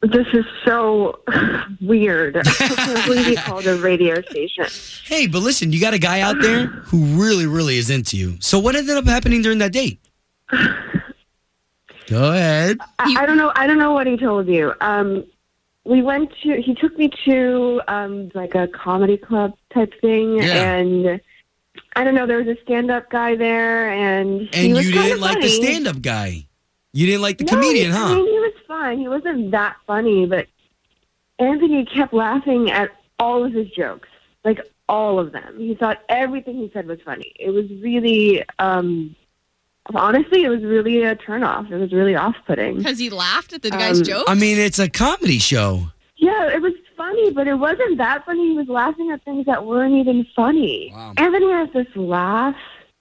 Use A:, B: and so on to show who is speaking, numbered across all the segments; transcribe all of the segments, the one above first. A: This is so weird. I can't believe you called a radio station.
B: Hey, but listen, you got a guy out there who really, really is into you. So what ended up happening during that date? Go ahead.
A: I, I don't know. I don't know what he told you. Um, we went to. He took me to um, like a comedy club type thing,
B: Yeah.
A: and I don't know. There was a stand-up guy there, and he
B: And
A: was
B: you
A: kinda
B: didn't like the
A: funny.
B: stand-up guy. You didn't like the
A: No,
B: comedian,
A: he- I
B: huh?
A: mean, he was fine. He wasn't that funny, but Anthony kept laughing at all of his jokes, like all of them. He thought everything he said was funny. It was really, um, honestly, it was really a turnoff. It was really off-putting.
C: Because he laughed at the guy's
A: Um,
C: joke.
B: I mean, it's a comedy show.
A: Yeah, it was funny, but it wasn't that funny. He was laughing at things that weren't even funny.
B: Wow.
A: Anthony has this laugh,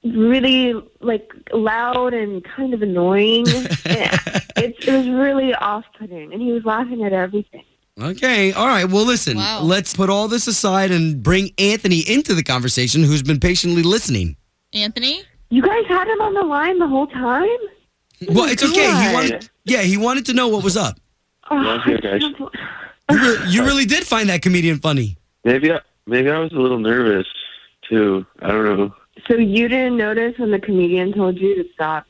A: really like loud and kind of annoying. it, it was really off-putting, and he was laughing at everything.
B: Okay. All right. Well, listen,
C: Wow.
B: let's put all this aside and bring Anthony into the conversation who's been patiently listening.
C: Anthony?
A: You guys had him on the line the whole time?
B: Well, it's okay. He
A: Oh God.
B: wanted, yeah, he wanted to know what was up.
A: Oh,
D: Well, here, guys.
B: You, re- you really did find that comedian funny.
D: Maybe I, maybe I was a little nervous too. I don't know.
A: So you didn't notice when the comedian told you to stop